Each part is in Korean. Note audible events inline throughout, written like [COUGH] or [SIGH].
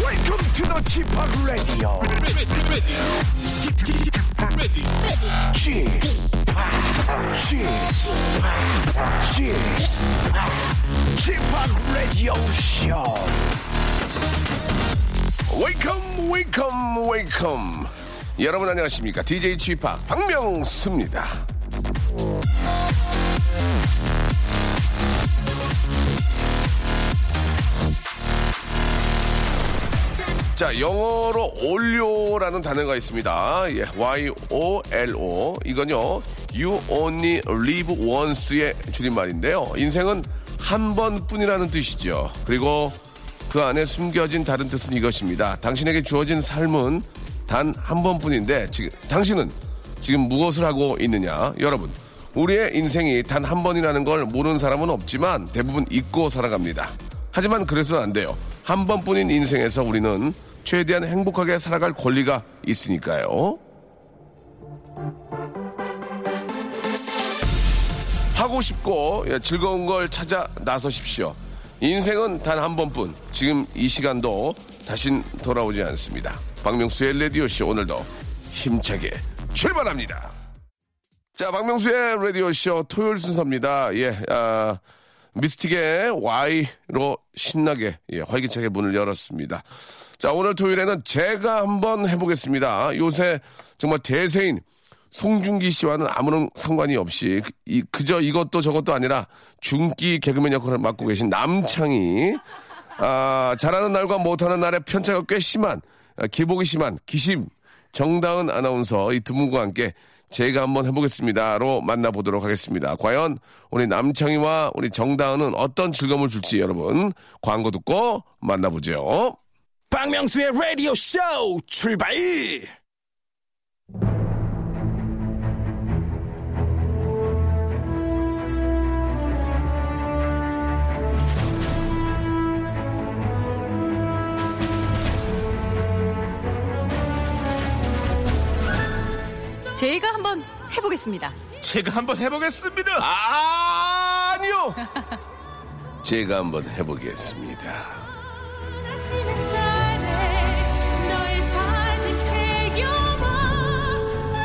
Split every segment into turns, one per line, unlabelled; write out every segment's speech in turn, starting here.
Welcome to the Chip Radio. Chip, Chip, Chip Radio Show. Welcome, welcome, welcome. 여러분 안녕하십니까? DJ Chip 박명수입니다. 자, 영어로 올료라는 단어가 있습니다. 예, Y-O-L-O. 이건요, you only live once의 줄임말인데요. 인생은 한 번뿐이라는 뜻이죠. 그리고 그 안에 숨겨진 다른 뜻은 이것입니다. 당신에게 주어진 삶은 단 한 번뿐인데, 지금, 당신은 지금 무엇을 하고 있느냐? 여러분, 우리의 인생이 단 한 번이라는 걸 모르는 사람은 없지만 대부분 잊고 살아갑니다. 하지만 그래서는 안 돼요. 한 번뿐인 인생에서 우리는 최대한 행복하게 살아갈 권리가 있으니까요. 하고 싶고 예, 즐거운 걸 찾아 나서십시오. 인생은 단 한 번뿐. 지금 이 시간도 다신 돌아오지 않습니다. 박명수의 레디오 씨 오늘도 힘차게 출발합니다. 자, 박명수의 라디오 쇼 토요일 순서입니다. 예, 아, 미스틱의 Y로 신나게 예, 활기차게 문을 열었습니다. 자, 오늘 토요일에는 제가 한번 해보겠습니다. 요새 정말 대세인 송중기 씨와는 아무런 상관이 없이 그- 이- 그저 이것도 저것도 아니라 중기 개그맨 역할을 맡고 계신 남창희 아, 잘하는 날과 못하는 날의 편차가 꽤 심한, 아, 기복이 심한, 기심, 정다은 아나운서 이 두 분과 함께 제가 한번 해보겠습니다로 만나보도록 하겠습니다. 과연 우리 남창희와 우리 정다은은 어떤 즐거움을 줄지 여러분 광고 듣고 만나보죠.
박명수의 라디오 쇼 출발!
제가 한번 해보겠습니다.
제가 한번 해보겠습니다.
아, 아니요! 제가 한번 해보겠습니다.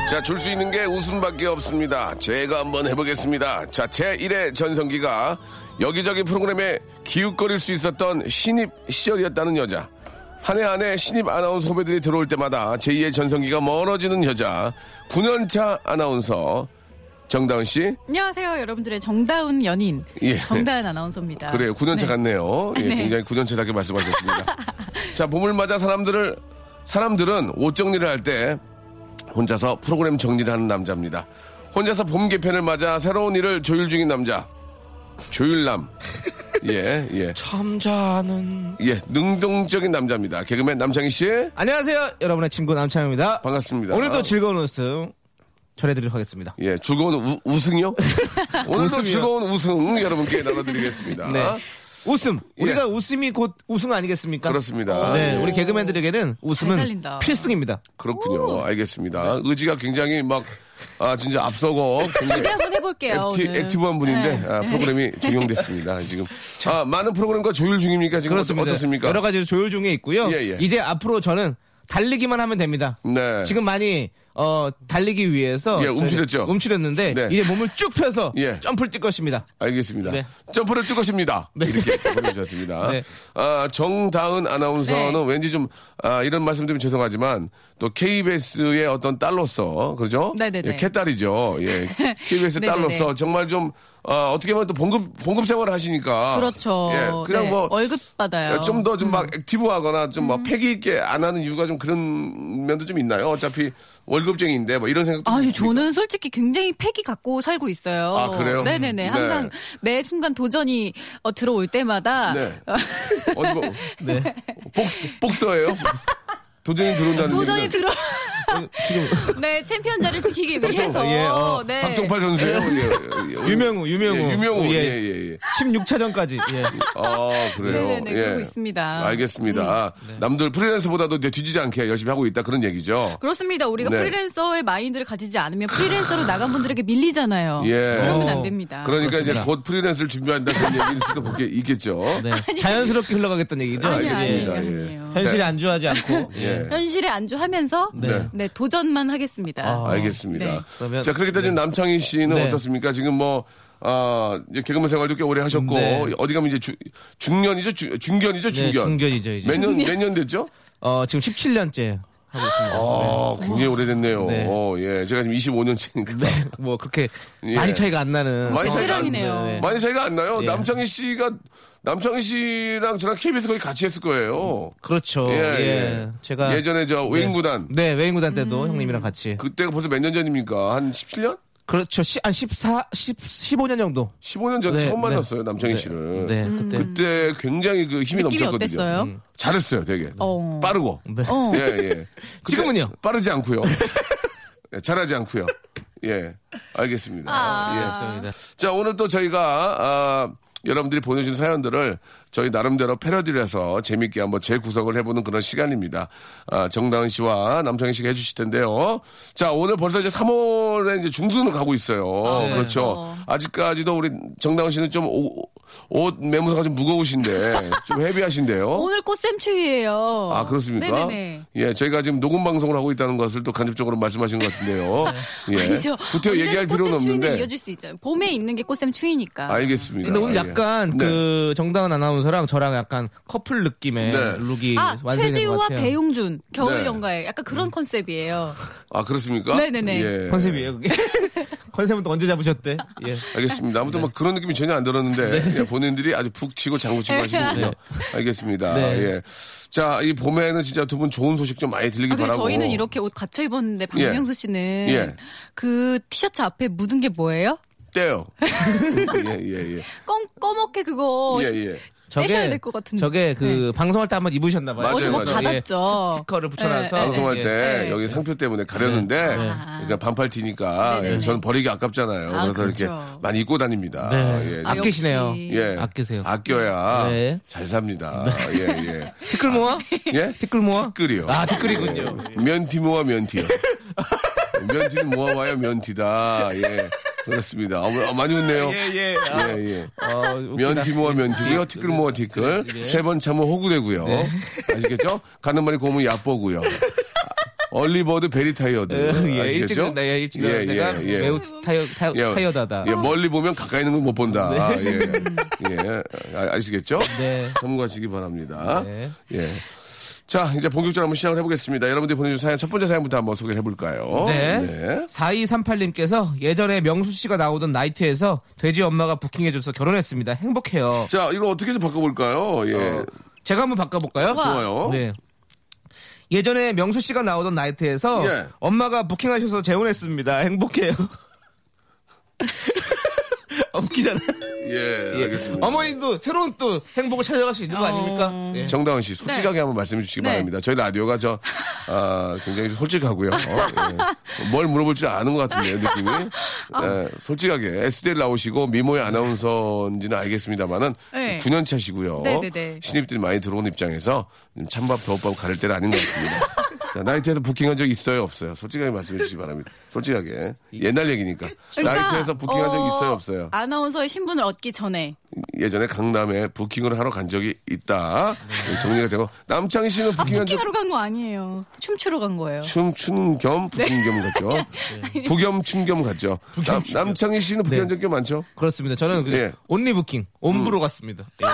자, 줄 수 있는 게 웃음밖에 없습니다. 제가 한번 해보겠습니다. 자, 제 1의 전성기가 여기저기 프로그램에 기웃거릴 수 있었던 신입 시절이었다는 여자. 한 해 안에 신입 아나운서 후배들이 들어올 때마다 제2의 전성기가 멀어지는 여자. 9년차 아나운서 정다은 씨.
안녕하세요, 여러분들의 정다운 연인
예.
정다은 아나운서입니다.
그래요. 9년차
네.
같네요. 예,
네.
굉장히 9년차답게 말씀하셨습니다. 자, 보물마자 사람들을, 사람들은 옷 정리를 할 때 혼자서 프로그램 정리를 하는 남자입니다. 혼자서 봄 개편을 맞아 새로운 일을 조율 중인 남자.
[LAUGHS]
조율남. 예, 예.
참자는
예, 능동적인 남자입니다. 개그맨 남창희 씨.
안녕하세요 여러분의 친구 남창입니다
반갑습니다. 아,
오늘도 즐거운 웃음 전해드리도록 하겠습니다
예, 즐거운 우,
[LAUGHS]
우승이요? 오늘도
웃음이요.
즐거운 우승 여러분께 나눠드리겠습니다.
네. 웃음 우리가
예.
웃음이 곧 우승 아니겠습니까
그렇습니다. 예.
네 우리 개그맨들에게는
잘
웃음은
살린다.
필승입니다
그렇군요.
네.
알겠습니다. 의지가 굉장히 막, 아, 진짜 앞서고. 굉장히
아,
기대 한번 해볼게요. 오늘.
액티, 브한 분인데
네.
아, 프로그램이 종용됐습니다.
[LAUGHS]
지금 아, 많은 프로그램과 조율 중입니까? 지금
그렇습니다
어떻, 습니까
여러 가지로 조율 중에 있고요
예, 예.
이제 앞으로 저는 달리기만 하면 됩니다
네.
지금 많이 어, 달리기 위해서
예,
저희가
움츠렸죠?
움츠렸는데
네.
이제 몸을 쭉 펴서
예.
점프를 뛸 것입니다
알겠습니다.
네.
점프를 뛸
[LAUGHS]
것입니다.
네.
이렇게 보내주셨습니다.
네.
아, 정다은 아나운서는
네.
왠지 좀 아, 이런 말씀드리면 죄송하지만 또 KBS의 어떤 딸로서 그죠?
네네네.
예, 캣딸이죠.
[LAUGHS]
예. KBS
네네네.
딸로서 정말 좀 아, 어떻게 보면 또 봉급 봉급 생활을 하시니까
그렇죠.
예, 그냥
네,
뭐
월급 받아요. 음.
좀 더 좀 막 액티브하거나 좀 막 패기 있게 안 하는 이유가 좀 그런 면도 좀 있나요? 어차피 월급쟁이인데 뭐 이런 생각도
아니
있습니까?
저는 솔직히 굉장히 패기 갖고 살고 있어요.
아, 그래요?
네네네
네.
항상 매 순간 도전이 어, 들어올 때마다
네. 어디 뭐
네.
복, 복서예요? 도전이 들어온다는
[LAUGHS] 도전이
얘기는
들어 [LAUGHS]
[LAUGHS]
지금
네 챔피언 자를 지키기 위해서
예, 어,
네.
박종팔 선수예요? 예, 예.
유명우, 유명우.
예, 유명우.
예.
예, 예, 예.
16차전까지. 예.
아, 그래요.
네네네,
예.
그러고 있습니다. 네.
알겠습니다.
네.
남들 프리랜서보다도 이제 뒤지지 않게 열심히 하고 있다 그런 얘기죠.
그렇습니다. 우리가
네.
프리랜서의 마인드를 가지지 않으면 프리랜서로 나간 분들에게 밀리잖아요.
예.
그러면
어,
안 됩니다.
그러니까
그렇습니다.
이제 곧 프리랜서를 준비한다 그런 얘기일 수도 그게 있겠죠.
네. 자연스럽게 흘러가겠다는 얘기죠.
네, 아니, 아니,
알겠습니다.
아니,
예.
아니에요.
현실에 안주하지
[LAUGHS]
않고.
예.
현실에 안주하면서
네.
네. 도전만 하겠습니다.
아.
알겠습니다.
네.
그러면-
자, 그렇게 따지면 남창희 씨는
네.
어떻습니까? 지금 뭐, 아, 이제 개그맨 생활도 꽤 오래 하셨고,
네.
어디 가면 이제 주, 중년이죠? 주, 중견이죠?
네,
중견.
중견이죠, 이제.
몇 년, 몇 년 됐죠?
어, 지금 17년째
[LAUGHS]
하고 있습니다.
아, 굉장히 오래됐네요.
네.
어, 예. 제가 지금 25년째니까.
뭐 그렇게
예.
많이 차이가 안 나는
많이 차이가 안-
베테랑이네요.
네, 네.
많이 차이가 안 나요.
예.
남창희 씨가, 남창희 씨랑 저랑 KBS 거의 같이 했을 거예요.
그렇죠. 예. 제가
예전에 저 외인구단.
네, 외인구단 때도
음.
형님이랑 같이.
그때가 벌써 몇 년 전입니까? 한 17년?
그, 렇죠 시, 한 14, 10, 15년 정도.
15년 전에
네,
처음
네.
만났어요, 남창희
네,
씨를.
네,
음.
그때.
그때 굉장히 그 힘이
느낌이
넘쳤거든요. 음.
어땠어요?
잘했어요, 되게.
어.
빠르고.
네.
어.
예, 예.
[LAUGHS]
근데
지금은요?
빠르지 않고요. 예, 잘하지 않고요. 예. 알겠습니다.
아.
예.
그렇습니다.
자, 오늘 또 저희가 아, 여러분들이 보내주신 사연들을 저희 나름대로 패러디를 해서 재밌게 한번 재구성을 해보는 그런 시간입니다. 아, 정다은 씨와 남창희 씨가 해주실 텐데요. 자, 오늘 벌써 이제 3월에 이제 중순을 가고 있어요. 그렇죠.
어.
아직까지도 우리 정다은 씨는 좀 옷, 옷 매무새가 좀
[LAUGHS]
무거우신데 좀 헤비하신데요.
오늘 꽃샘추위예요.
아 그렇습니까?
네네네.
예, 저희가 지금 녹음 방송을 하고 있다는 것을 또 간접적으로 말씀하신 것 같은데요. 예,
[LAUGHS] 아니죠.
구태여
언제나
얘기할 필요는
꽃샘 추위는
없는데
이어질 수 있잖아요. 봄에 있는 게 꽃샘 추위니까.
알겠습니다.
근데 오늘
예.
약간
네.
그 정다은 아나운서랑 저랑 약간 커플 느낌의
네.
룩이
아,
완성된 것
최지우와
같아요.
배용준 겨울
네.
연가에 약간 그런 컨셉이에요.
아 그렇습니까?
네네네.
예.
컨셉이에요, 그게.
네.
[LAUGHS] 컨셉은 또 언제 잡으셨대? 예.
알겠습니다. 아무튼 뭐 그런 느낌이 전혀 안 들었는데
네.
예, 본인들이 아주 푹 치고 장구
네.
치고 하시는군요. 알겠습니다.
네.
예. 자, 이 봄에는 진짜 두 분 좋은 소식 좀 많이 들리기
아, 근데
바라고.
저희는 이렇게 옷 갖춰 입었는데 박명수 씨는
예.
그 티셔츠 앞에 묻은 게 뭐예요? [LAUGHS]
때요. 예, 예, 예.
껌 꺼멓게 그거
예, 예.
떼셔야 될 것 같은데. 네.
저게 그 방송할 때 한번 입으셨나 봐요.
맞아요, 어디 뭐 맞아요.
받았죠.
예, 스티커를 붙여놔서
예, 예,
방송할
예.
때
네. 아.
여기 상표 때문에 가렸는데 그러니까 반팔 티니까
네네네.
예, 저는 버리기 아깝잖아요.
아,
그래서 이렇게
그렇죠.
많이 입고 다닙니다.
네.
예.
아,
아끼시네요.
역시.
예.
아끼세요.
아껴야
네.
잘 삽니다. 예,
티끌 모아?
예.
네.
예?
티끌 모아?
티끌이요.
아, 티끌이군요.
예. 면티 모아 면티요. 면티는 모아와야 면티다. 예. 그렇습니다. 아, 뭐, 아, 많이 웃네요. 예,
예.
예.
어, 웃기다.
면티 모아 면티고요. 티끌 모아 티끌.
예,
세 번 참으면 호구되고요.
네.
아시겠죠? 가는 말이 고우면 얕보고요. 얼리버드 베리타이어드.
예, 일찍
아시겠죠?
간다. 예, 일찍 간다. 내가
예, 예.
매우 타이어, 타이어,
예.
타이어다다.
예, 멀리 보면 가까이 있는 걸 못 본다. 예. 예. 아, 아시겠죠?
네.
참고하시기 바랍니다.
네.
예. 자, 이제 본격적으로 한번 시작을 해보겠습니다. 여러분들이 보내주신 사연, 첫 번째 사연부터 한번 소개를 해볼까요?
네. 4238님께서 예전에 명수 씨가 나오던 나이트에서 돼지 엄마가 부킹해줘서 결혼했습니다. 행복해요.
자, 이거 어떻게 좀 바꿔볼까요? 예.
어. 제가 한번 바꿔볼까요?
좋아요.
네. 예전에 명수 씨가 나오던 나이트에서
예.
엄마가 부킹하셔서 재혼했습니다. 행복해요. [LAUGHS] 어, 웃기잖아.
예,
예.
알겠습니다. 어.
어머니도 새로운 또 행복을 찾아갈 수 있는 거 아닙니까? 예.
정다은 씨, 솔직하게 한번 말씀해 주시기
네.
바랍니다. 저희 라디오가 저, 아, 굉장히 솔직하고요. 예. 뭘 물어볼 줄 아는 것 같은데요, 느낌이.
아.
예, 솔직하게. SDL 나오시고, 미모의 아나운서인지는 알겠습니다만은,
네.
9년 차시고요.
네, 네, 네.
신입들이 많이 들어온 입장에서, 찬밥, 더워밥 가릴 때는 아닌 것 같습니다. 자, 나이트에서 부킹한 적 있어요, 없어요? 솔직하게 말씀해 주시기 바랍니다. 솔직하게. 옛날 얘기니까. 나이트에서 부킹한 적
어,
있어요, 없어요?
아나운서의 신분을 얻기 전에.
예전에 강남에 부킹을 하러 간 적이 있다.
네.
정리가 되고 남창희 씨는 부킹한 적
부킹하러 간 거 아니에요. 춤추러 간 거예요.
춤춘 겸 부킹 겸 갔죠. 부겸춘 겸 갔죠. 남, 남창희 씨는 부킹한
네.
적꽤 많죠.
그렇습니다. 저는 그
예. 음.
온리 부킹, 온부로 갔습니다. 예.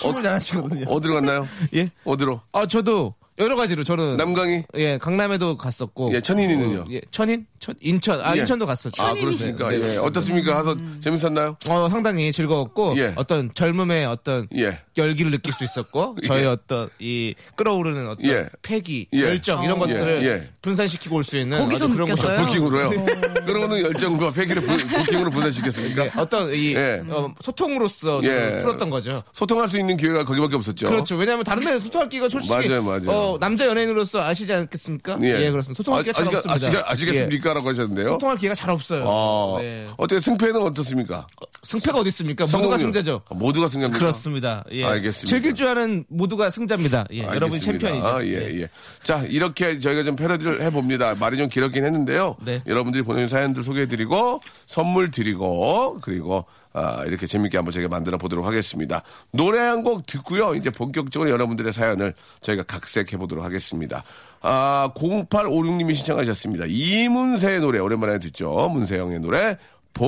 춤을 잘하시거든요.
어디로 갔나요?
예.
어디로?
아 저도 여러 가지로 저는
남강이?
예 강남에도 갔었고
예, 천인이는요?
예 천인 천, 인천, 아,
예.
인천도 갔었죠.
아, 그렇습니까?
네,
예.
네.
어떻습니까? 하서 재밌었나요?
어, 상당히 즐거웠고,
예.
어떤 젊음의 어떤
예.
열기를 느낄 수 있었고,
[LAUGHS] 예.
저의 어떤 이 끌어오르는 어떤
예.
패기,
예.
열정, 이런
어.
것들을
예, 예.
분산시키고 올 수 있는
거기서
아주 그런
느꼈어요?
곳이었고,
부킹으로요. 끌어오는 열정과 패기를 부, 부킹으로 분산시켰습니까?
네, 어떤 이
예.
어, 소통으로써 저는
예.
풀었던 거죠.
소통할 수 있는 기회가 거기밖에 없었죠.
그렇죠. 왜냐하면 다른 데서 소통할 기회가 솔직히
맞아요, 맞아요.
어, 남자 연예인으로서 아시지 않겠습니까? 예, 그렇습니다. 소통할 기회가 잘
아,
없습니다.
시겠습니까 라고
예.
하셨는데요.
소통할 기회가 잘 없어요.
아,
네.
어떻게 승패는 어떻습니까?
승패가 어디 있습니까?
성공률.
모두가 승자죠.
아, 모두가 승자입니다.
그렇습니다. 예.
알겠습니다.
즐길 줄 아는 모두가 승자입니다. 예, 여러분 챔피언이죠. 네.
아, 예, 예. 자, 이렇게 저희가 좀 패러디를 해봅니다. 말이 좀 길었긴 했는데요.
네.
여러분들이 보내준 사연들 소개해드리고, 선물 드리고, 그리고, 아, 이렇게 재밌게 한번 저희가 만들어 보도록 하겠습니다. 노래 한 곡 듣고요. 이제 본격적으로 여러분들의 사연을 저희가 각색해 보도록 하겠습니다. 아, 0856님이 신청하셨습니다. 이문세의 노래, 오랜만에 듣죠. 문세영의 노래,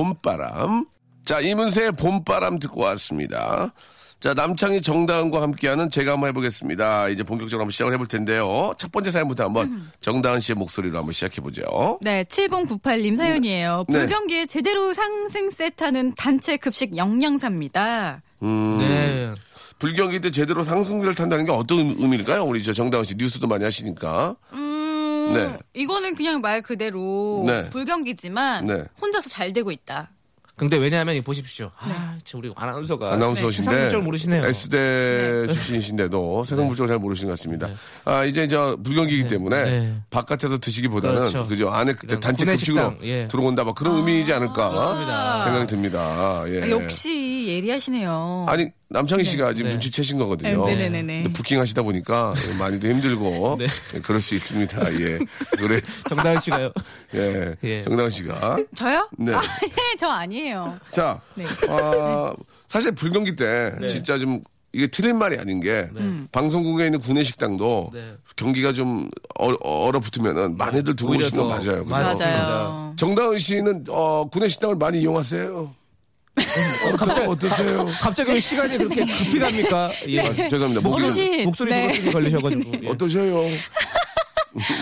봄바람. 자, 이문세의 봄바람 듣고 왔습니다. 자, 남창희 정다은과 함께하는 제가 한번 해보겠습니다. 이제 본격적으로 한번 시작을 해볼 텐데요. 첫 번째 사연부터 한번 정다은 씨의 목소리로 한번 시작해보죠.
네, 7098님 사연이에요.
네.
불경기에 제대로 상승세 타는 단체 급식 영양사입니다.
음.
네.
불경기 때 제대로 상승세를 탄다는 게 어떤 의- 의미일까요? 우리 저 정다은 씨 뉴스도 많이 하시니까.
음,
네.
이거는 그냥 말 그대로
네.
불경기지만
네.
혼자서 잘 되고 있다.
근데 왜냐하면 이거 보십시오.
네.
아, 참 우리 아나운서가 세상
아나운서신데
물정 모르시네요. 네.
S대
[LAUGHS]
출신이신데도 세상 물정을 잘 모르시는 것 같습니다. 아 이제 저 불경기이기 때문에
네.
바깥에서 드시기보다는
그렇죠.
그죠 안에 그때
이런
단체
구내
급식으로
식당, 예.
들어온다 막 그런 의미이지 않을까
그렇습니다.
생각이 듭니다. 예.
아, 역시 예리하시네요.
아니 남창희 씨가 지금 눈치채신 거거든요.
네, 네, 네, 네.
근데 부킹하시다 보니까 예, 많이도
[LAUGHS]
힘들고
네.
예, 그럴 수 있습니다. 예, 그래
정다은 씨가요. [LAUGHS]
예,
예.
정당 씨가
저요?
네.
아, [LAUGHS] 예, 저 아니에요.
자,
네.
아, 사실 불경기 때
네.
진짜 좀 이게 틀린 말이 아닌 게
음.
방송국에 있는 구내 식당도
네.
경기가 좀 얼, 어붙으면 많이들 두고
오히려
오시는 건
더
맞아요.
맞아요.
그래서
맞아요.
정다은 씨는 어, 구내 식당을 많이
[LAUGHS]
이용하세요.
갑자기
어떠세요?
갑자기 왜 시간이 그렇게 급히 갑니까? 예.
아, 죄송합니다. 목이
네. 어르신.
목소리
네.
소각증이 걸리셔가지고. 예. [LAUGHS]
어떠세요?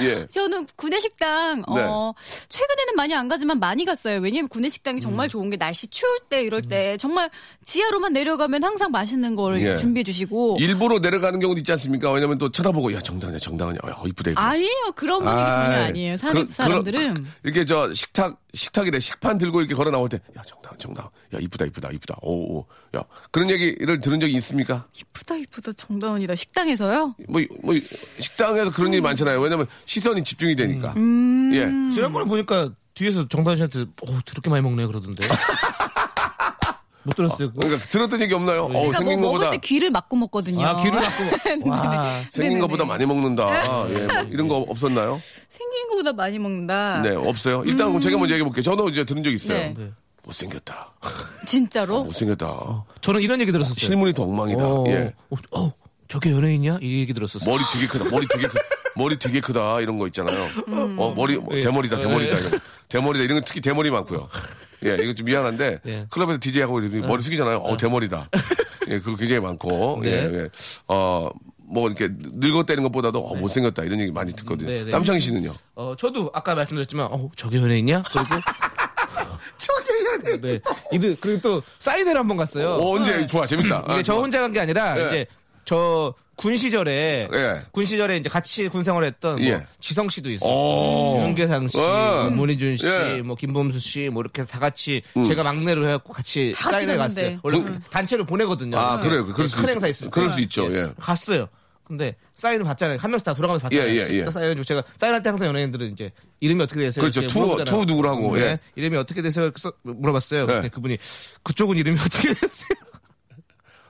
예.
저는 구내식당 어,
네.
최근에는 많이 안 가지만 많이 갔어요. 왜냐면 구내식당이
음.
정말 좋은 게 날씨 추울 때 이럴 때 정말 지하로만 내려가면 항상 맛있는 걸
예.
준비해 주시고
일부러 내려가는 경우도 있지 않습니까? 왜냐면 또 쳐다보고 야 정당이야 정당이야 어 이쁘다 이쁘다.
아니에요. 그런 분위기 전혀
아이,
아니에요.
그런-
산업
그런-
사람들은
이렇게 저 식탁 식탁이래 식판 들고 이렇게 걸어 나올 때 야 정당 정당 야 이쁘다 이쁘다 이쁘다 오오 야 그런 얘기를 들은 적이 있습니까?
이쁘다 이쁘다 정다운이다 식당에서요.
뭐 뭐 식당에서 그런
음.
일이 많잖아요. 왜냐면 시선이 집중이 되니까. 예.
지난번에 보니까 뒤에서 정다은 씨한테 어, 그렇게 많이 먹네 그러던데. 못 들었어요. 그거?
그러니까 들었던 얘기 없나요? 어
제가 뭐
생긴
먹을
것보다
때 귀를 막고 먹거든요. 네.
아,
[LAUGHS]
귀를 갖고. 와.
생긴
네네네.
것보다 많이 먹는다. 예. 뭐 이런 거 없었나요?
생긴 것보다 많이 먹는다.
네, 없어요. 일단 그럼 제가 먼저 얘기해 볼게요. 저도 이제 들은 적 있어요.
아. 음. 네.
네.
못생겼다.
진짜로?
아, 못생겼다.
저는 이런 얘기 들었었어요.
실물이 더 엉망이다.
네. 어,
예.
어, 어, 저게 연예인이야? 이 얘기 들었었어요.
머리 되게 크다. 머리 되게 크, 머리 되게 크다 이런 거 있잖아요. 어 머리 뭐, 대머리다 대머리다 이런 거. 대머리다 이런 거 특히 대머리 많고요. 예, 이거 좀 미안한데
예.
클럽에서 DJ 하고 머리 숙이잖아요. 어 대머리다. 예, 그거 굉장히 많고
네.
예, 예. 어뭐 이렇게 늙었다는 것보다도 어, 못생겼다 이런 얘기 많이 듣거든요.
네, 네.
남창희 씨는요?
어, 저도 아까 말씀드렸지만, 어, 저게 연예인이야? 그리고. [LAUGHS] 저게 연예인. 네. 이들, 그리고 또, 사인회를 한번 갔어요.
어, 언제 좋아 재밌다.
이게
아,
저 혼자 간 게 아니라
예.
이제 저 군 시절에
예.
군 시절에 이제 같이 군 생활했던 뭐
예.
지성 씨도
오.
있었고 윤계상 씨,
예.
뭐 문희준 씨,
예. 음.
뭐 김범수 씨, 뭐 이렇게 다 같이 제가 막내로 해갖고 같이
다 같이
사인회
갔는데.
갔어요. 원래 단체로 보내거든요.
그
네.
아, 그래요. 그럴 수
큰
있-
행사 있을 때.
그럴 수 있죠. 예.
갔어요. 근데 사인을 받잖아요. 한 명씩 다 돌아가면서 받잖아요.
예, 예, 예.
사인을 주고 제가 사인할 때 항상 연예인들은 이제 이름이 어떻게 되세요?
그렇죠.
이렇게
투어,
물어보잖아요. 네.
투어 누구로 하고, 예.
이름이 어떻게 되세요? 이렇게 써- 물어봤어요.
예.
근데 그분이 그쪽은 이름이 [LAUGHS] 어떻게 되세요?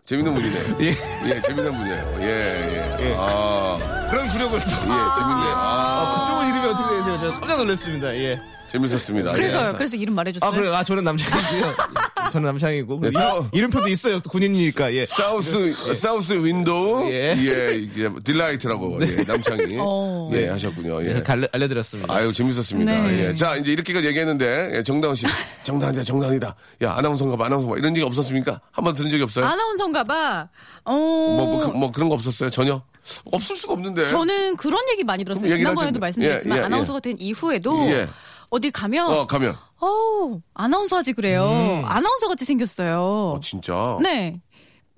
아, 재밌는 분이네요. 예. 재밌는 분이에요. 예, 예. 아,
그런 구력을 또.
예, 재밌네요. 아,
그쪽은 이름이 어떻게 되세요? 제가 깜짝 놀랐습니다. 예.
재밌었습니다.
그래서요.
예.
그래서 이름 말해줬어요.
아, 그래요? 아, 저는 남창이고요. [LAUGHS] 저는 남창이고.
네, 싸워.
이, 이름표도 있어요. 또 군인이니까, 예.
사우스 사우스 윈도우 예,
예.
이게 딜라이트라고 예, 남창이
어.
예 하셨군요. 예.
알려, 알려드렸습니다.
아유 재밌었습니다.
네.
예. 자 이제 이렇게까지 얘기했는데 예, 정다은 씨 정다은이다 정다은이다. 야 아나운서인가 봐 아나운서 봐 이런 얘기 없었습니까? 한 번 들은 적이 없어요?
아나운서인가 봐. 어.
뭐, 뭐, 그- 뭐 그런 거 없었어요 전혀 없을 수가 없는데.
저는 그런 얘기 많이 들었어요.
예? 그럼 얘기를
지난번에도
하죠.
말씀드렸지만
예, 예,
아나운서가 된 이후에도
예.
어디 가면
어, 가면.
어, 우 아나운서 하지 그래요. 아나운서 같이 생겼어요.
어, 진짜.
네.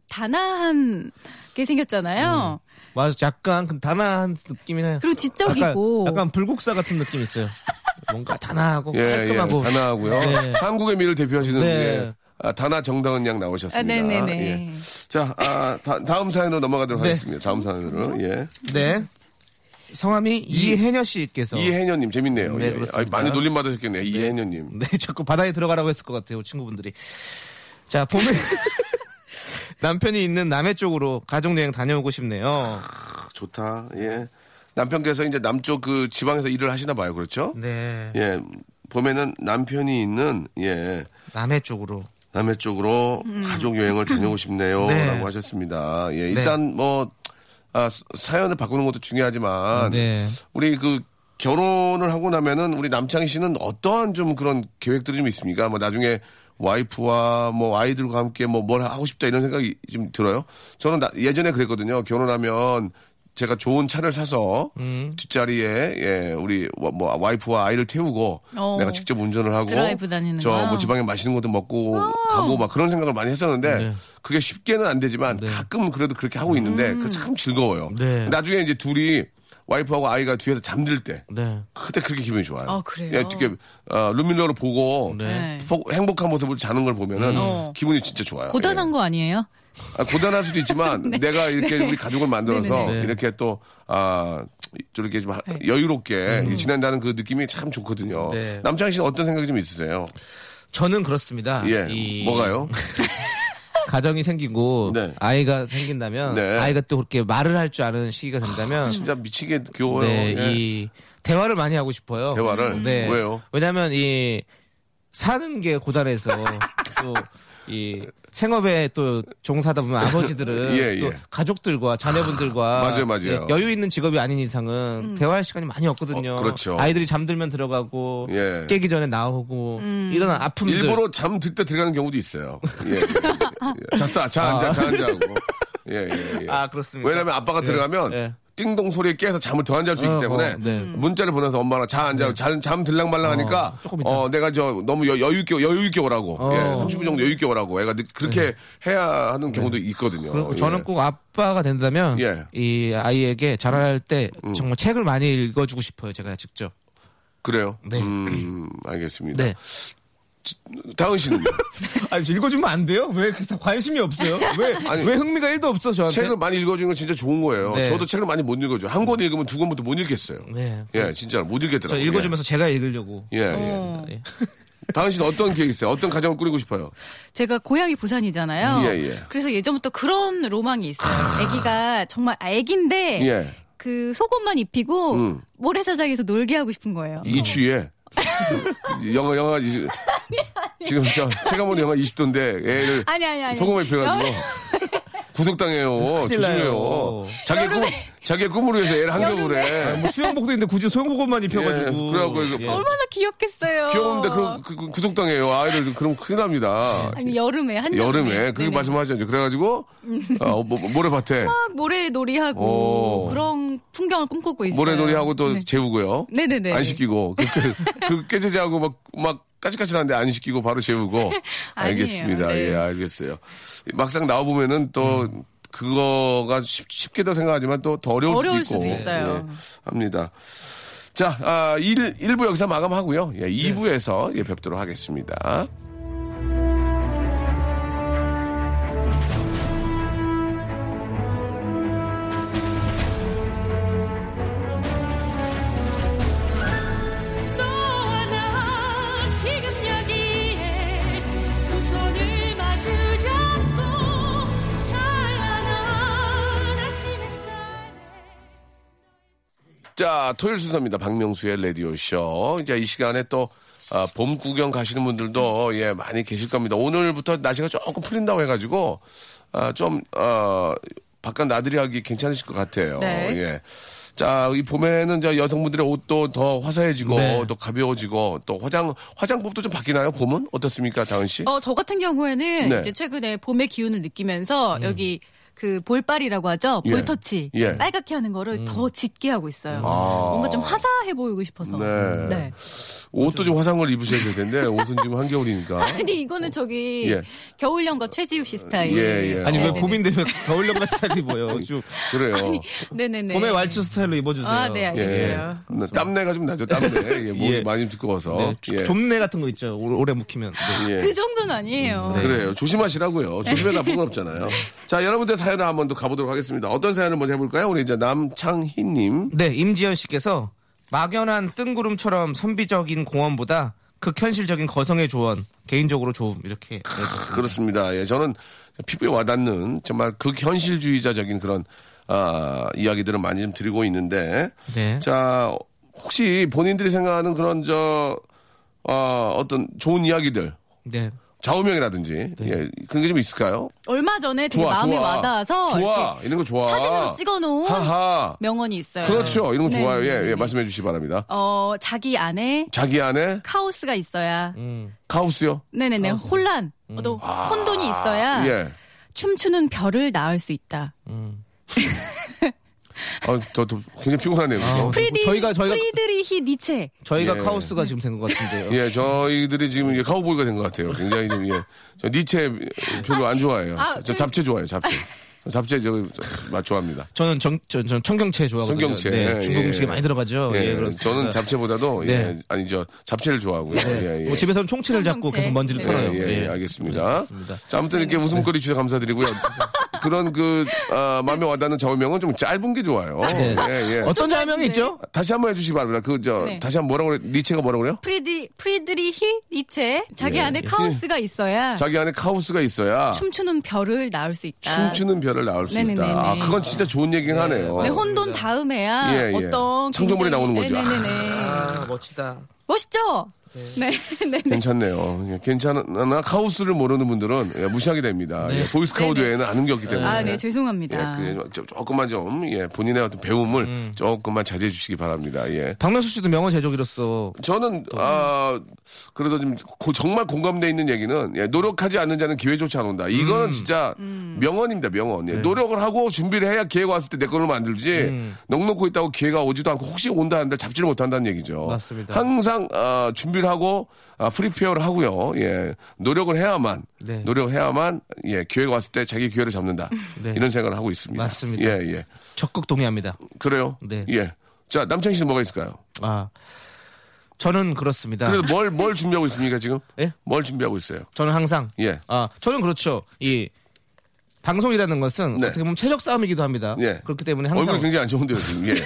단아한 게
음.
생겼잖아요.
맞아, 약간 그 단아한 느낌이 나요.
그리고 지적이고.
약간, 약간 불국사 같은 느낌이 있어요. 뭔가 단아하고
예, 예.
깔끔하고.
다나하고요.
네.
한국의 미를 대표하시는
네.
예. 아, 다나 정다은 양
아,
나오셨습니다.
네네네.
예. 자, 아, 다, 음 사연으로 넘어가도록
네.
하겠습니다. 다음 사연으로. 예.
네. 성함이 이혜녀 씨께서.
이혜녀님 재밌네요.
네,
예.
그렇습니다.
아니, 많이 놀림 받으셨겠네요. 이혜녀님.
네, 자꾸 바다에 들어가라고 했을 것 같아요, 친구분들이. 자, 봄에 [LAUGHS] 남편이 있는 남해 쪽으로 가족여행 다녀오고 싶네요.
아, 좋다. 예. 남편께서 이제 남쪽 그 지방에서 일을 하시나 봐요. 그렇죠?
네,
예. 봄에는 남편이 있는 예.
남해 쪽으로.
남해 쪽으로 가족 여행을 다녀오고 싶네요.
음. 네.
라고 하셨습니다. 예, 일단 뭐, 아, 사- 사연을 바꾸는 것도 중요하지만,
네.
우리 그 결혼을 하고 나면은 우리 남창희 씨는 어떠한 좀 그런 계획들이 좀 있습니까? 뭐 나중에 와이프와 뭐 아이들과 함께 뭐 뭘 하고 싶다 이런 생각이 좀 들어요? 저는 나- 예전에 그랬거든요. 결혼하면 제가 좋은 차를 사서 뒷자리에 예 우리 와, 뭐 와이프와 아이를 태우고
어.
내가 직접 운전을 하고
드라이브 다니는
저 뭐
거요? 어.
지방에 맛있는 것도 먹고 가고 뭐 막 그런 생각을 많이 했었는데
네.
그게 쉽게는 안 되지만 가끔 그래도 그렇게 하고 있는데
음.
그 참 즐거워요.
네.
나중에 이제 둘이 와이프하고 아이가 뒤에서 잠들 때
네.
그때 그렇게 기분이 좋아요.
아, 그래요?
예, 이렇게 어, 루미노를 보고
네.
포- 행복한 모습을 자는 걸 보면은
어.
기분이 진짜 좋아요.
고단한 네.
예.
거 아니에요?
아, 고단할 수도
[LAUGHS]
있지만 내가 이렇게 우리 가족을 만들어서
네, 네.
이렇게 또 아, 저렇게 좀 하-
네.
여유롭게
음.
지낸다는 그 느낌이 참 좋거든요.
네.
남창희 씨는 어떤 생각이 좀 있으세요?
저는 그렇습니다.
예,
아, 이
뭐가요?
가정이 생기고
네.
아이가 생긴다면
네.
아이가 또 그렇게 말을 할 줄 아는 시기가 된다면
진짜 미치게 귀여워요.
음. 네,
예.
이 대화를 많이 하고 싶어요.
대화를?
네.
왜요?
왜냐면 이 사는
[LAUGHS]
게 고단해서 또 이 생업에 또 종사하다 보면
[LAUGHS]
아버지들은
예,
또
예.
가족들과 자녀분들과
맞아요, 맞아요.
예, 여유 있는 직업이 아닌 이상은 대화할 시간이 많이 없거든요.
어, 그렇죠.
아이들이 잠들면 들어가고
예.
깨기 전에 나오고 이런 아픔들
일부러 잠 들 때 들어가는 경우도 있어요. 예. 예,
[LAUGHS]
예. 자, 싸, 자, 앉아, 자, 앉아 하고. 예, 예, 예.
아, 그렇습니다.
왜냐면 아빠가 들어가면
예.
띵동 소리에 깨서 잠을 더 안 잘 수 있기
어,
때문에
어, 네.
문자를 보내서 엄마랑 자 앉아 잠, 잠 들랑말랑 하니까
조금 있다.
어, 내가 저 너무 여, 유 있게 여유 있게 오라고
어. 네.
예, 30분 정도 여유 있게 오라고 애가 늦- 그렇게 해야 하는 경우도 있거든요.
그리고
예.
저는 꼭 아빠가 된다면
예. 음.
이 아이에게 자랄 때 정말 책을 많이 읽어주고 싶어요. 제가 직접.
그래요.
네. [LAUGHS]
음, 알겠습니다.
네.
다은 씨는요?
아니 읽어주면 안 돼요? 왜 그래서 관심이 없어요? 왜,
[LAUGHS] 아니,
왜 흥미가 1도 없어 저한테?
책을 많이 읽어주는 건 진짜 좋은 거예요.
네.
저도 책을 많이 못 읽어줘요. 한 권 읽으면 두 권부터 못 읽겠어요.
네.
예, 진짜 못 읽겠더라고요.
저 읽어주면서 제가 읽으려고.
예. 예, 예.
어.
예.
다은 씨는 어떤 계획 있어요? 어떤 가정을 꾸리고 싶어요?
제가 고향이 부산이잖아요.
예, 예.
그래서 예전부터 그런 로망이 있어요. 아기가 정말 아기인데
예.
그 속옷만 입히고
음.
모래사장에서 놀게 하고 싶은 거예요.
이 추위에 영하 영하 20, 지금 저 체감온 영하 20도인데 애를
아니 아니 아니.
소금에 펴가지고 [LAUGHS] 구속당해요.
큰일
조심해요.
나요.
자기 꿈 자기 꿈으로 해서 애를 한겨울에
아,
뭐 수영복도 있는데 굳이 수영복만
예,
입혀가지고.
그래갖고 이거
얼마나 귀엽겠어요.
귀여운데 그, 그, 그 구속당해요. 아이들 그럼 큰일 납니다.
아니 여름에 한
여름에 그게 말씀하셨죠. 그래가지고 어, 뭐, 모래밭에
모래놀이하고
오.
그런 풍경을 꿈꾸고 있어요.
모래놀이하고 또
네.
재우고요.
네네네.
안 시키고 그, 그, 그 깨제제하고 막, 막 까칠까칠한데 안 시키고 바로 재우고
[LAUGHS] 아니에요.
알겠습니다.
네. 음.
예, 알겠어요. 막상 나와 보면은 또 그거가 쉽, 쉽게도 생각하지만 또 더 어려울,
어려울
수도 있고
수도 있어요.
예, 합니다. 자, 아, 1, 일부 여기서 마감하고요. 예, 2부에서 예, 뵙도록 하겠습니다.
너와 나 지금 여기에 두 손을 마주 잡고 찬란한 아침 햇살에
자, 토요일 순서입니다. 박명수의 라디오쇼. 이제 이 시간에 또, 아, 봄 구경 가시는 분들도, 예, 많이 계실 겁니다. 오늘부터 날씨가 조금 풀린다고 해가지고, 아, 좀, 어, 바깥 나들이하기 괜찮으실 것 같아요.
네.
예. 자, 이 봄에는 저 여성분들의 옷도 더 화사해지고,
네.
더 가벼워지고, 또 화장, 화장법도 좀 바뀌나요? 봄은? 어떻습니까, 다은 씨?
어, 저 같은 경우에는
네. 음.
이제 최근에 봄의 기운을 느끼면서 여기 그 볼빨이라고 하죠.
예.
볼터치.
예.
음.
빨갛게 하는 거를 더 짙게 하고 있어요.
아.
뭔가 좀 화사해 보이고 싶어서.
네. 옷도 좀 화상을 입으셔야 될 텐데 옷은 지금 한겨울이니까.
[LAUGHS] 아니 이거는 저기
예.
겨울연가 최지우 씨 스타일.
예, 예.
아니 왜
네.
어.
고민되면 겨울연가 스타일 입어요. 좀
그래요.
네네네.
봄의 왈츠 스타일로 입어주세요.
아, 네,
예.
알겠어요.
나- 땀내가 좀 나죠. 땀내. 예, 몸이
[LAUGHS] 예.
많이 두꺼워서.
네, 주-
예.
좀내 같은 거 있죠. 오래, 오래 묵히면. 네.
예. 음, 네.
그 정도는 아니에요.
그래요. 조심하시라고요. 조심해 나쁜 건 없잖아요. 자, 여러분들 사연을 한번 더 가보도록 하겠습니다. 어떤 사연을 먼저 해볼까요? 우리 이제 남창희님.
네, 임지연 씨께서 막연한 뜬구름처럼 선비적인 공원보다 극현실적인 거성의 조언 개인적으로 좋음
[LAUGHS]
이렇게 내셨습니다.
그렇습니다. 예, 저는 피부에 와닿는 정말 극현실주의자적인 그런 아, 이야기들을 많이 좀 드리고 있는데.
네.
자, 혹시 본인들이 생각하는 그런 저 어, 어떤 좋은 이야기들
네.
좌우명이라든지 예, 그런 게 좀 있을까요?
얼마 전에 되게
좋아,
마음이
좋아.
와닿아서
좋아,
이렇게
이런거 좋아.
사진으로 찍어놓은
하하.
명언이 있어요.
그렇죠. 이런 거
네,
좋아요.
네,
예,
네.
예, 말씀해 주시기 바랍니다.
어 자기 안에
자기 안에
카오스가 있어야.
음. 카오스요. 음. 아,
네네네. 혼란. 또 혼돈이 있어야
예. 음,
춤추는 별을 낳을 수 있다.
아, 저, 저 굉장히 피곤하네요.
아,
그죠?
어, 프리디,
어, 저희가- 저희가-
프리드리히 니체.
저희가
예.
카오스가 지금 된 것 같은데요.
예, 저희들이 지금 이제 카우보이가 된 것 같아요. 굉장히 좀, 예. 저 니체 별로 안 좋아해요.
아,
저
그-
잡채 좋아해요, 잡채. 저 잡채 저, 저, 맛 좋아합니다.
저는 정, 저, 저 청경채 좋아하거든요.
청경채.
네,
예,
중국
예.
음식에 많이 들어가죠.
예,
예, 그렇습니다.
저는 잡채보다도, 예,
네.
아니, 저, 잡채를 좋아하고요. 예, 예.
뭐 집에서는 총치를 잡고
청경채.
계속 먼지를
네.
털어요.
예, 예, 예,
네,
알겠습니다.
그렇습니다.
자, 아무튼 이렇게 웃음거리 주셔서 감사드리고요. 그런 그, 아, 마음에 와닿는 좌우명은 좀 짧은 게 좋아요.
네.
예, 예.
어떤 자명이 있죠?
다시 한번 해주시기 바랍니다. 그, 저,
네.
다시 한 번 뭐라고 그래, 니체가 뭐라고 그래요?
프리디, 프리드리히 니체. 자기 안에 카오스가 있어야
예. 자기 안에 카오스가 있어야
아. 춤추는 별을 낳을 수 있다.
춤추는 별을 낳을 수
네네네네.
있다. 아, 그건 진짜 좋은 얘기긴 하네요.
네, 혼돈 다음에야
예, 예.
어떤
창조물이
굉장히-
나오는 거죠. [LAUGHS]
네네네.
아, 멋지다.
멋있죠? 네. 네. 네.
괜찮네요. 예, 괜찮으나 카오스를 모르는 분들은 예, 무시하기 됩니다. 예, 보이스카우드
네네.
외에는 아는 게 없기 때문에.
아, 네,
예,
죄송합니다.
그, 조- 조금만 좀 예, 본인의 어떤 배움을 조금만 자제해 주시기 바랍니다. 예.
박명수 씨도 명언 제조기로서
저는 아 그래서 지금 고- 정말 공감돼 있는 얘기는 예, 노력하지 않는 자는 기회조차 안 온다.
음.
이거는 진짜 명언입니다. 명언.
네.
예, 노력을 하고 준비를 해야 기회가 왔을 때 내 걸로 만들지
음.
넉넉고 있다고 기회가 오지도 않고 혹시 온다 한다 잡지를 못한다는 얘기죠.
맞습니다.
항상 아, 준비를 하고 아, 프리페어를 하고요. 예, 노력을 해야만
네.
노력을 해야만 예, 기회가 왔을 때 자기 기회를 잡는다.
네.
이런 생각을 하고 있습니다.
맞습니다.
예, 예.
적극 동의합니다.
그래요.
네.
예. 자 남창희 씨는 뭐가 있을까요?
아, 저는 그렇습니다.
그래서 뭘, 뭘 준비하고 있습니까, 지금?
예?
뭘 준비하고 있어요?
저는 항상
예.
아 저는 그렇죠. 이 방송이라는 것은
네.
어떻게 보면 체력 싸움이기도 합니다.
예.
그렇기 때문에
얼굴이
항상 네.
굉장히 안 좋은데요, 지금.
[LAUGHS]
예.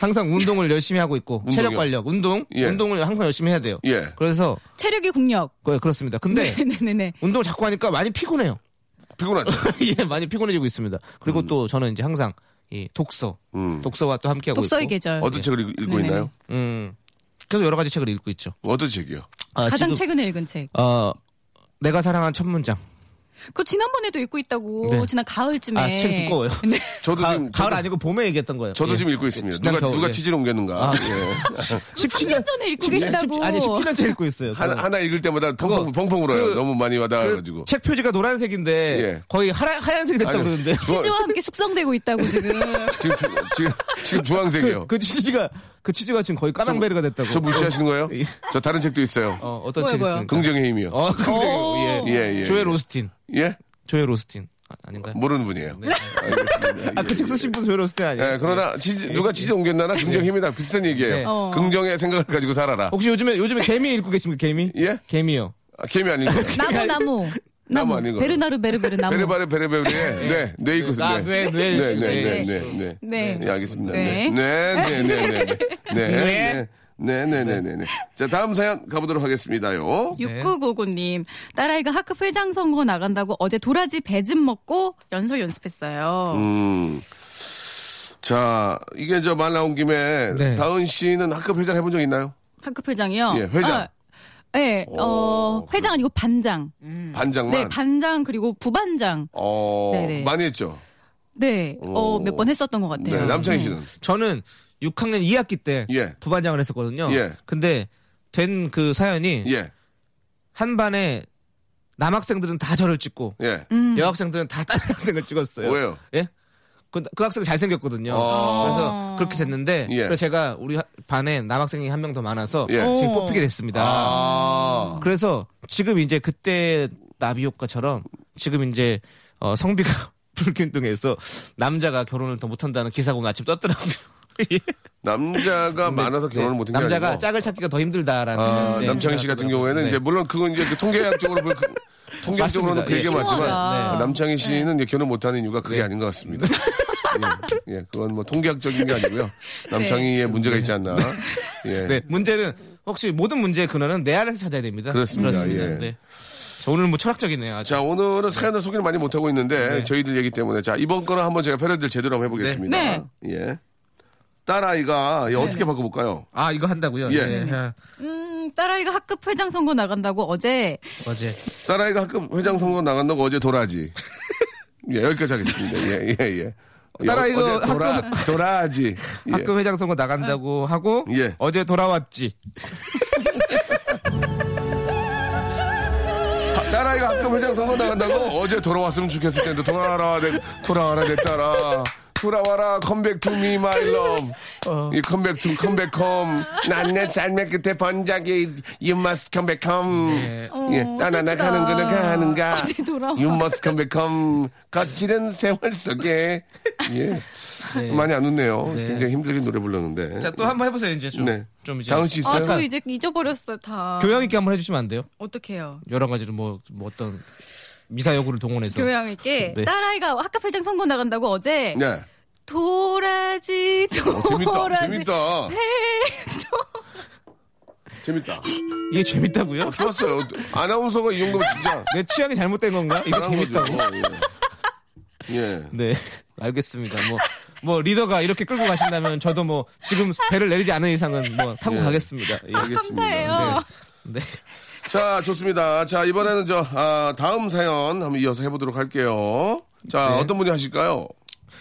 항상 운동을 열심히 하고 있고
운동이요?
체력 관력 운동
예.
운동을 항상 열심히 해야 돼요.
예.
그래서
체력이 국력.
그- 그렇습니다. 근데
네네네.
운동 자꾸 하니까 많이 피곤해요. [LAUGHS]
피곤하죠?
예, 많이 피곤해지고 있습니다. 그리고 또 저는 이제 항상 이 독서
음.
독서와 아, 예. 또 함께 하고
독서의
있고
계절.
어떤 책을 읽- 읽고
네네.
있나요?
음, 계속 여러 가지 책을 읽고 있죠.
어떤 책이요?
아,
가장
지금,
최근에 읽은 책.
어 내가 사랑한 첫 문장.
그거 지난번에도 읽고 있다고.
네.
지난 가을쯤에.
아,
[LAUGHS]
책 두꺼워요.
네.
저도
가,
지금.
가을
저도,
아니고 봄에 얘기했던 거예요.
저도
예.
지금 읽고 있습니다.
지난
누가,
겨울,
누가
예.
치질 옮겼는가?
아,
예.
17년
10년 전에 [LAUGHS] 읽고 계시다고.
아니 17년째 읽고
[LAUGHS]
있어요.
하나, 하나 읽을 때마다 펑펑,
그거-
펑펑 울어요.
그-
너무 많이
그
와닿아가지고.
책 표지가 노란색인데
예.
거의 하라, 하얀색이 됐다고
아니요.
그러는데
그거-
치즈와 함께 숙성되고 있다고
[LAUGHS]
지금.
지금, 주- 지금, 지금
그,
주황색이요.
그 치즈가 그 치즈가 지금 거의 까망베르가 됐다고.
저 무시하시는 거예요?
예.
저 다른 책도 있어요.
어, 어떤
뭐야,
책이
뭐야.
있습니까?
긍정의 힘이요.
어, 긍정이요. 예.
예, 예.
조엘
예.
오스틴.
예?
조엘 오스틴. 아, 아닌가요?
모르는 분이에요. 알겠습니다.
네. 아, 그 책 쓰신 분 조엘 오스틴 아니에요?
예, 그러나 치즈- 누가 치즈 옮겼나나 긍정 의 힘이다 비슷한 얘기예요.
네.
어.
긍정의 생각을 가지고 살아라.
혹시 요즘에 요즘에 개미 읽고 계십니까? 개미?
예?
개미요.
아, 개미 아니고
나무, 나무.
나무 아니고.
베르나르 베르베르 나무.
베레바레 베레베레 네, 네 읽고
아, 뇌, 뇌 읽으신
네, 네,
뇌.
네, 네, 네.
네.
네, 알겠습니다. 네,
네.
네, 네, 네, 네, 네, 네, 네, 네, 네, 네. 자, 다음 사연 가보도록 하겠습니다요.
네.
6999님, 딸아이가 학급 회장 선거 나간다고 어제 도라지 배즙 먹고 연설 연습했어요.
음. 자, 이게 저 말 나온 김에
네.
다은 씨는 학급 회장 해본 적 있나요?
학급 회장이요?
예, 회장.
아, 예, 어, 회장 아니고 반장.
음.
반장만.
네, 반장 그리고 부반장.
어,
네, 네.
많이 했죠.
네,
오.
어, 몇 번 했었던 것 같아요. 음.
네, 남창희 씨는.
저는 6학년 2학기 때
예.
부반장을 했었거든요.
예.
근데 된 그 사연이
예,
한 반에 남학생들은 다 저를 찍고
예.
여학생들은 다 다른 학생을 찍었어요.
왜요?
예? 그, 그 학생 잘생겼거든요.
아.
그래서 그렇게 됐는데
예.
그래서 제가 우리 하- 반에 남학생이 한 명 더 많아서
예.
지금
오.
뽑히게 됐습니다.
아.
그래서 지금 이제 그때 나비 효과처럼 지금 이제 어, 성비가 [LAUGHS] 불균등해서 남자가 결혼을 더 못한다는 기사가 오늘 아침 떠더라고요. 예.
남자가 많아서 결혼을
네,
못한 게
남자가
아니고.
짝을 찾기가 더 힘들다라는
아,
네,
남창희 씨 같은 경우에는
네.
이제 물론 그건 이제 그
[LAUGHS]
통계학적으로 볼- 그- 통계학적으로는
맞습니다.
그 얘기가
예.
맞지만
심오하다.
네.
남창희 씨는 이제 결혼 못하는 이유가 그게 아닌 것 같습니다.
[LAUGHS]
예, 예, 그건 뭐 통계학적인 게 아니고요. 남창희의 문제가 있지 않나. 예.
네, 문제는 혹시 모든 문제의 근원은 내 안에서 찾아야 됩니다.
그렇습니다. 예.
네. 저 오늘 뭐 철학적이네요. 아주.
자, 오늘은 사연을 소개를 많이 못하고 있는데
네.
저희들 얘기 때문에 자, 이번 거는 한번 제가 패러디를 제대로 한번 해보겠습니다.
네.
예. 딸아이가
네.
이거 어떻게 바꿔볼까요?
아 이거 한다고요?
예.
네. 아,
음, 딸아이가 학급 회장 선거 나간다고 어제
어제
딸아이가 학급 회장 선거 나간다고 어제 도라지. [LAUGHS] 예, 여기까지 하겠습니다. 예, 예, 예. 어,
딸아이가
어제 도라, 도라지. 예.
학급 회장 선거 나간다고 하고
예.
어제 돌아왔지.
하- 딸아이가 학급 회장 선거 나간다고 어제 돌아왔으면 좋겠을 텐데 돌아와라 내 돌아와라 내 딸아 돌아와라 컴백 투 미 마이 러브
어.
이 컴백 투 컴백 컴 난내 삶의 끝에 번작이 you must come back home
네.
예,
어,
나나나
슬프다.
가는 거는
[LAUGHS]
가는가
어제 돌아와.
you must come back home 거칠은 세월 속에 예 많이 안 웃네요
네.
굉장히 힘들게 노래 불렀는데
자 또 한번 해보세요 이제 좀.
예. 네.
좀 이제
다은 씨 있어요?
아, 저 이제 잊어버렸어요, 다.
교양 있게 한번 해주시면 안 돼요?
어떡해요.
여러 가지로 뭐, 뭐 어떤 미사 여구를 동원해서
교양 있게
네.
딸아이가 학급 회장 선거 나간다고 어제
네. 어,
도라지 [LAUGHS]
재밌다,
도라지
재밌다,
도
재밌다.
이게 재밌다고요?
어, 좋았어요. 아나운서가 이 정도면 진짜
내 취향이 잘못된 건가? 이게
잘한 거죠. 어,
재밌다고?
예. 예.
네, 알겠습니다. 뭐, 뭐 리더가 이렇게 끌고 가신다면 저도 뭐 지금 배를 내리지 않은 이상은 뭐 타고
예.
가겠습니다. 예.
알겠습니다.
감사해요.
네.
자, 좋습니다. 자, 이번에는 저, 아, 다음 사연 한번 이어서 해보도록 할게요. 자,
네. 어.
어떤 분이 하실까요?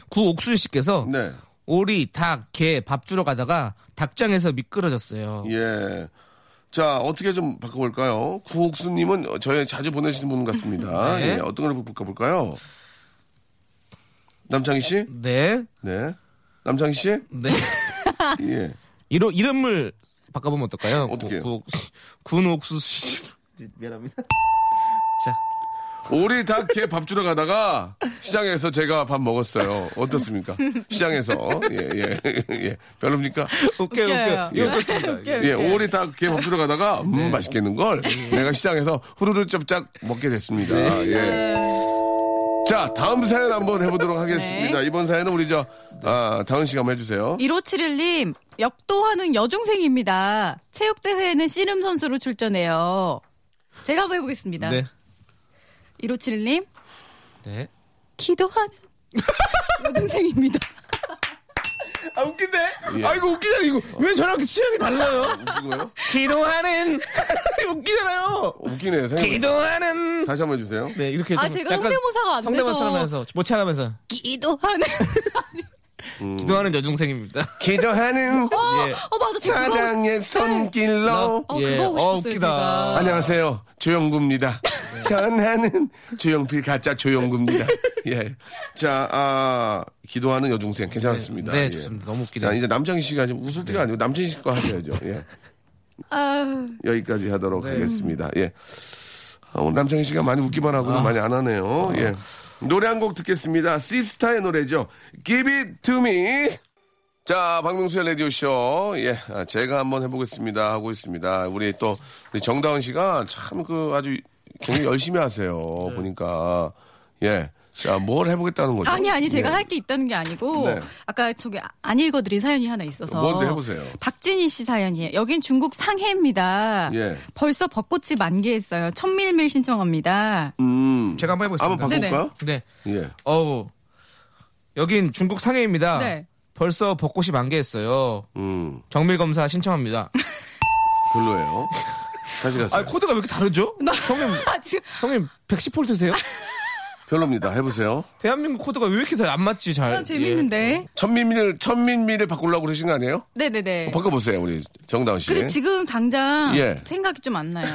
구옥순 씨께서
네.
오리, 닭, 개 밥 주러 가다가 닭장에서 미끄러졌어요.
예. 자, 어떻게 좀 바꿔볼까요? 구옥수님은 저희 자주 보내시는 분 같습니다.
[LAUGHS]
예,
네.
어떤 걸 바꿔볼까요? 남창희 씨?
네,
네. 남창희 씨?
네.
예.
이로 이름을 바꿔보면 어떨까요?
어떻게 해요?
구, 군 옥수 씨. 미안합니다. 자,
오리 닭에 밥 주러 가다가 시장에서 제가 밥 먹었어요. 어떻습니까? 시장에서 예 [LAUGHS] 예 예 별로입니까?
오케이
웃겨요.
오케이. 이거 그렇습니다.
웃겨요,
예
웃겨요.
오리 닭에 밥 주러 가다가 음
네.
맛있겠는 걸 내가 시장에서 후루루 쩝짝 먹게 됐습니다.
네.
예. 자 다음 사연 한번
네.
해보도록 하겠습니다. 이번 사연은 우리 저 아, 다은 씨가 한번 해주세요.
1571님 역도하는 여중생입니다. 체육대회에는 씨름 선수로 출전해요. 제가 한번 해보겠습니다.
네.
1571님
어,
네.
기도하는 여중생입니다.
아 웃긴데?
예.
아 이거 웃기잖아 이거 왜 저랑 취향이 달라요?
웃기고요?
기도하는 [LAUGHS] 웃기잖아요.
웃기네요. 생각.
기도하는
다시 한번 해주세요.
네 이렇게
아,
좀
제가
약간
성대모사가 안
성대모사처럼
돼서.
해서 못 참으면서
기도하는
음.
기도하는 여중생입니다.
기도하는
예.
어 맞아 저 그거 하고 싶-
손길로
어, 그거 하고 싶었어요,
어, 웃기다.
제가.
안녕하세요. 조영구입니다.
네.
전하는 조영필 가짜 조영구입니다. 예. 자, 아, 기도하는 여중생 괜찮았습니다.
네,
예.
좋습니다. 너무 웃기네요. 네.
자, 이제 남창희 씨가 지금 웃을 때가 아니고 남창희 씨거 하셔야죠.
[LAUGHS]
예.
아,
여기까지 하도록
네.
하겠습니다. 예. 아, 오늘 남창희 씨가 많이 웃기만
아.
하고는 많이 안 하네요. 예. 노래 한 곡 듣겠습니다. 시스타의 노래죠. Give it to me. 자, 박명수의 라디오쇼. 예, 아, 제가 한번 해보겠습니다. 하고 있습니다. 우리 또, 우리 정다은 씨가 참 그 아주 굉장히 열심히
[LAUGHS]
하세요.
네.
보니까. 예. 자, 뭘 해보겠다는 거죠?
아니 아니 제가
예.
할 게 있다는 게 아니고
네.
아까 저기 아- 안 읽어드린 사연이 하나 있어서
뭔데 해보세요.
박진희 씨 사연이에요. 여긴 중국 상해입니다.
예.
벌써 벚꽃이 만개했어요. 천밀밀 신청합니다.
음.
제가 한번 해보겠습니다.
한번 바꿔볼까요?
네.
예.
어우 여긴 중국 상해입니다.
네.
벌써 벚꽃이 만개했어요.
음.
정밀 검사 신청합니다.
별로예요. 다시 가세요.
아 코드가 왜 이렇게 다르죠? 형님
아, 지금
형님
[LAUGHS]
110볼트세요?
별로입니다. 해보세요.
대한민국 코드가 왜 이렇게 안 맞지 잘?
예.
아, 재밌는데.
어, 천민미를 천민미를 바꾸려고 그러신 거 아니에요?
네네네.
바꿔보세요 우리 정다은 어, 씨.
근데 지금 당장
예.
생각이 좀 안
[LAUGHS]
나요.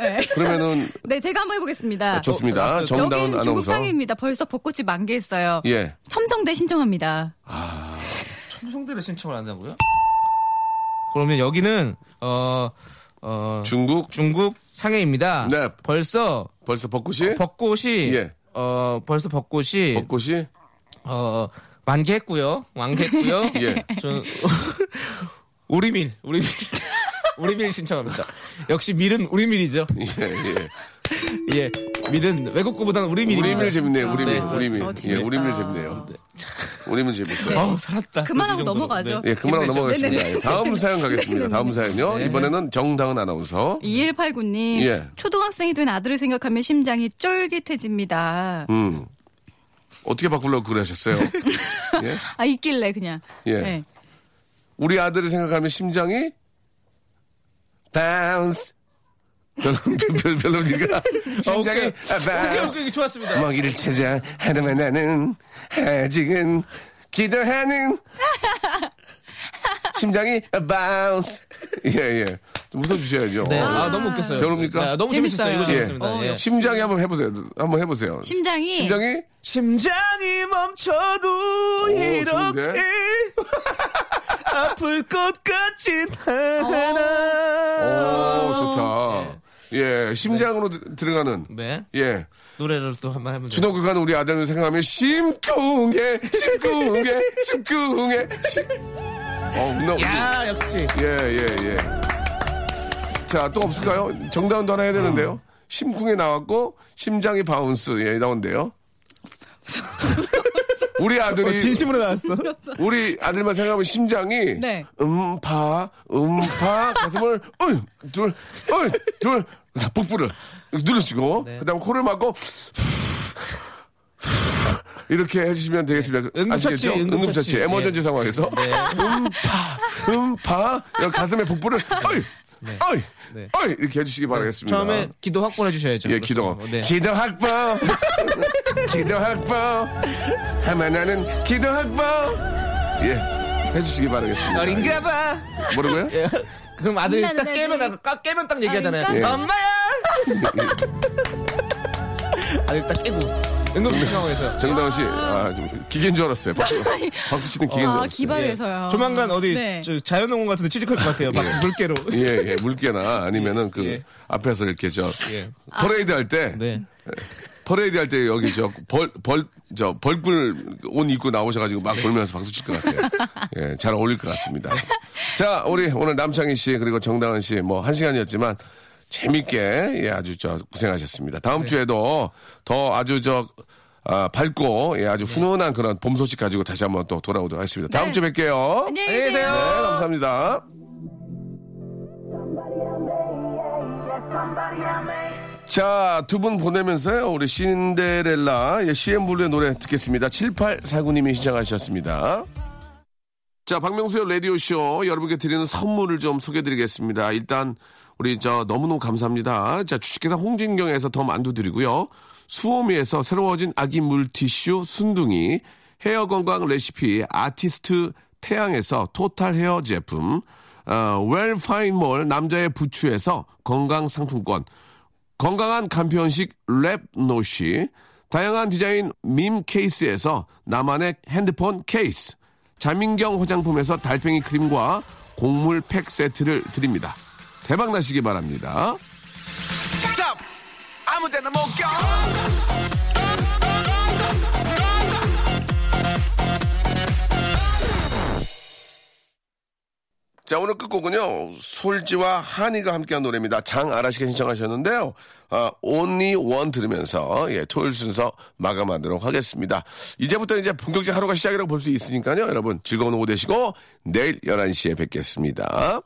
네.
그러면은
네, 제가 한번 해보겠습니다.
아, 좋습니다.
어,
정다은
여긴 중국
아나운서.
상해입니다. 벌써 벚꽃이 만개했어요.
예. 음.
첨성대 신청합니다.
첨성대를 신청을 한다고요? 그러면 여기는 어, 어,
중국
중국 상해입니다.
네.
벌써
벌써 벚꽃이
아,
벚꽃이
예.
어, 벌써 벚꽃이
벚꽃이
어, 만개했고요. 완개했고요.
[LAUGHS] 예.
저 [LAUGHS] 우리밀, 우리밀. [LAUGHS] 우리밀 신청합니다. 역시 밀은 우리밀이죠.
예, 예.
예. 밀은 외국 거보다는 우리밀이.
우리밀 재밌네요. 우리밀,
아, 네.
우리밀.
어,
예,
재밌다.
우리밀 재밌네요. 우리밀 재밌어요.
어우, 살았다.
그만하고
이 정도로. 네.
넘어가죠.
예, 그만하고 넘어가겠습니다.
네네. 네.
예, 다음 사연 가겠습니다. 다음 사연요. 이번에는 정다은 아나운서.
2189님,
예.
초등학생이 된 아들을 생각하면 심장이 쫄깃해집니다.
음. 어떻게 바꾸려고
[LAUGHS]
그러셨어요? 예?
아, 있길래 그냥.
예.
네.
우리 아들을 생각하면 심장이 바운스. [LAUGHS] 별로, 별로, 별로, 니가
아, 오케이.
심장이
오케이,
바운스.
오케이, 좋았습니다.
먹이를 찾아 하루만 나는 아직은 기도하는 심장이 바운스 예예 좀 웃어주셔야죠
네. 아, 너무 웃겼어요.
배우릅니까?
네, 너무
재밌어요.
재밌었어요. 이거
예.
재밌습니다. 예.
심장이 한번 해보세요 한번 해보세요
심장이.
심장이
심장이 멈춰도
좋은데?
이렇게 아플 것 같진
오
않아.
좋다 예 심장으로 드- 들어가는
네.
예
노래를 또 한번 해보죠.
초등학교 가는 우리 아들을 생각하면 심쿵해 심쿵해 심쿵해 심... 어 웃나 웃나
야, 아, 역시.
예, 예, 예. 자, 또 없을까요? 정다운도 하나 해야 되는데요. 심쿵에 나왔고, 심장이 바운스, 예,
[LAUGHS]
나온대요. 우리 아들이,
나왔어.
[LAUGHS] 우리 아들만 생각하면 심장이,
네.
음, 파, 음, 파, 가슴을, [LAUGHS] 어이, 둘, 어이, 둘, 복부를 눌러주고, 그 다음 코를 막고, 이렇게 해주시면 되겠습니다.
응급처치,
아시겠죠? 응급처치,
응급처치. 예.
에머전지 상황에서. 음파, 음파, 여기 가슴에
[LAUGHS]
복부를, 어이, 어이,
네.
어이, 이렇게 해주시기 바라겠습니다.
처음에 기도 확보해 주셔야죠.
예, 기도.
그렇습니다. 네.
기도 학보.
[LAUGHS]
기도 학보. 하면 나는 기도 학보. 예. 해주시기 바라겠습니다.
어린가 봐.
뭐라고요?
아, 예. 그럼 아들이
신나는
딱 깨면,
애들이.
아까 깨면 딱 얘기하잖아요.
어린가
봐.
엄마야!
[LAUGHS]
아들 딱 깨고.
네.
응급처치 상황에서.
정다은 씨, 아, 좀 기계인 줄 알았어요.
[LAUGHS]
박수, 박수 치는 기계인 줄
아,
알았어요.
기발해서요.
예. 조만간 어디
네.
저 자연농원 같은 데 취직할 것 같아요. 막 물개로.
예, 예, 물개나 아니면은 그
예.
앞에서 이렇게 저
예.
퍼레이드 할 때,
네.
퍼레이드 할 때 여기 저 벌, 벌, 저 벌꿀 옷 입고 나오셔가지고 막 돌면서 박수 칠 것 같아요. 예, 잘 어울릴 것 같습니다. 자, 우리 오늘 남창희 씨 그리고 정다은 씨 뭐 한 시간이었지만 재밌게 예, 아주 저 고생하셨습니다.
네.
다음 주에도 더 아주 저 아, 밝고 예, 아주 훈훈한 그런 봄 소식 가지고 다시 한번 또 돌아오도록 하겠습니다. 다음
네.
주에 뵐게요.
안녕히 계세요.
네, 감사합니다. 자, 두 분 보내면서요. 우리 신데렐라 예, CM블루의 노래 듣겠습니다. 7849님이 시청하셨습니다. 자, 박명수의 라디오쇼 여러분께 드리는 선물을 좀 소개드리겠습니다. 일단, 우리 저 너무너무 감사합니다. 자, 주식회사 홍진경에서 더 만두 드리고요. 수오미에서 새로워진 아기 물티슈 순둥이, 헤어 건강 레시피 아티스트 태양에서 토탈 헤어 제품, 어, 웰파인몰 남자의 부추에서 건강 상품권, 건강한 간편식 랩노시, 다양한 디자인 밈 케이스에서 나만의 핸드폰 케이스, 자민경 화장품에서 달팽이 크림과 곡물 팩 세트를 드립니다. 대박 나시기 바랍니다. 자, 오늘 끝곡은요, 솔지와 한이가 함께한 노래입니다. 장아라 씨가 신청하셨는데요. 아, Only One 들으면서, 예, 토요일 순서 마감하도록 하겠습니다. 이제부터 이제 본격적인 하루가 시작이라고 볼 수 있으니까요. 여러분, 즐거운 오후 되시고, 내일 11시에 뵙겠습니다.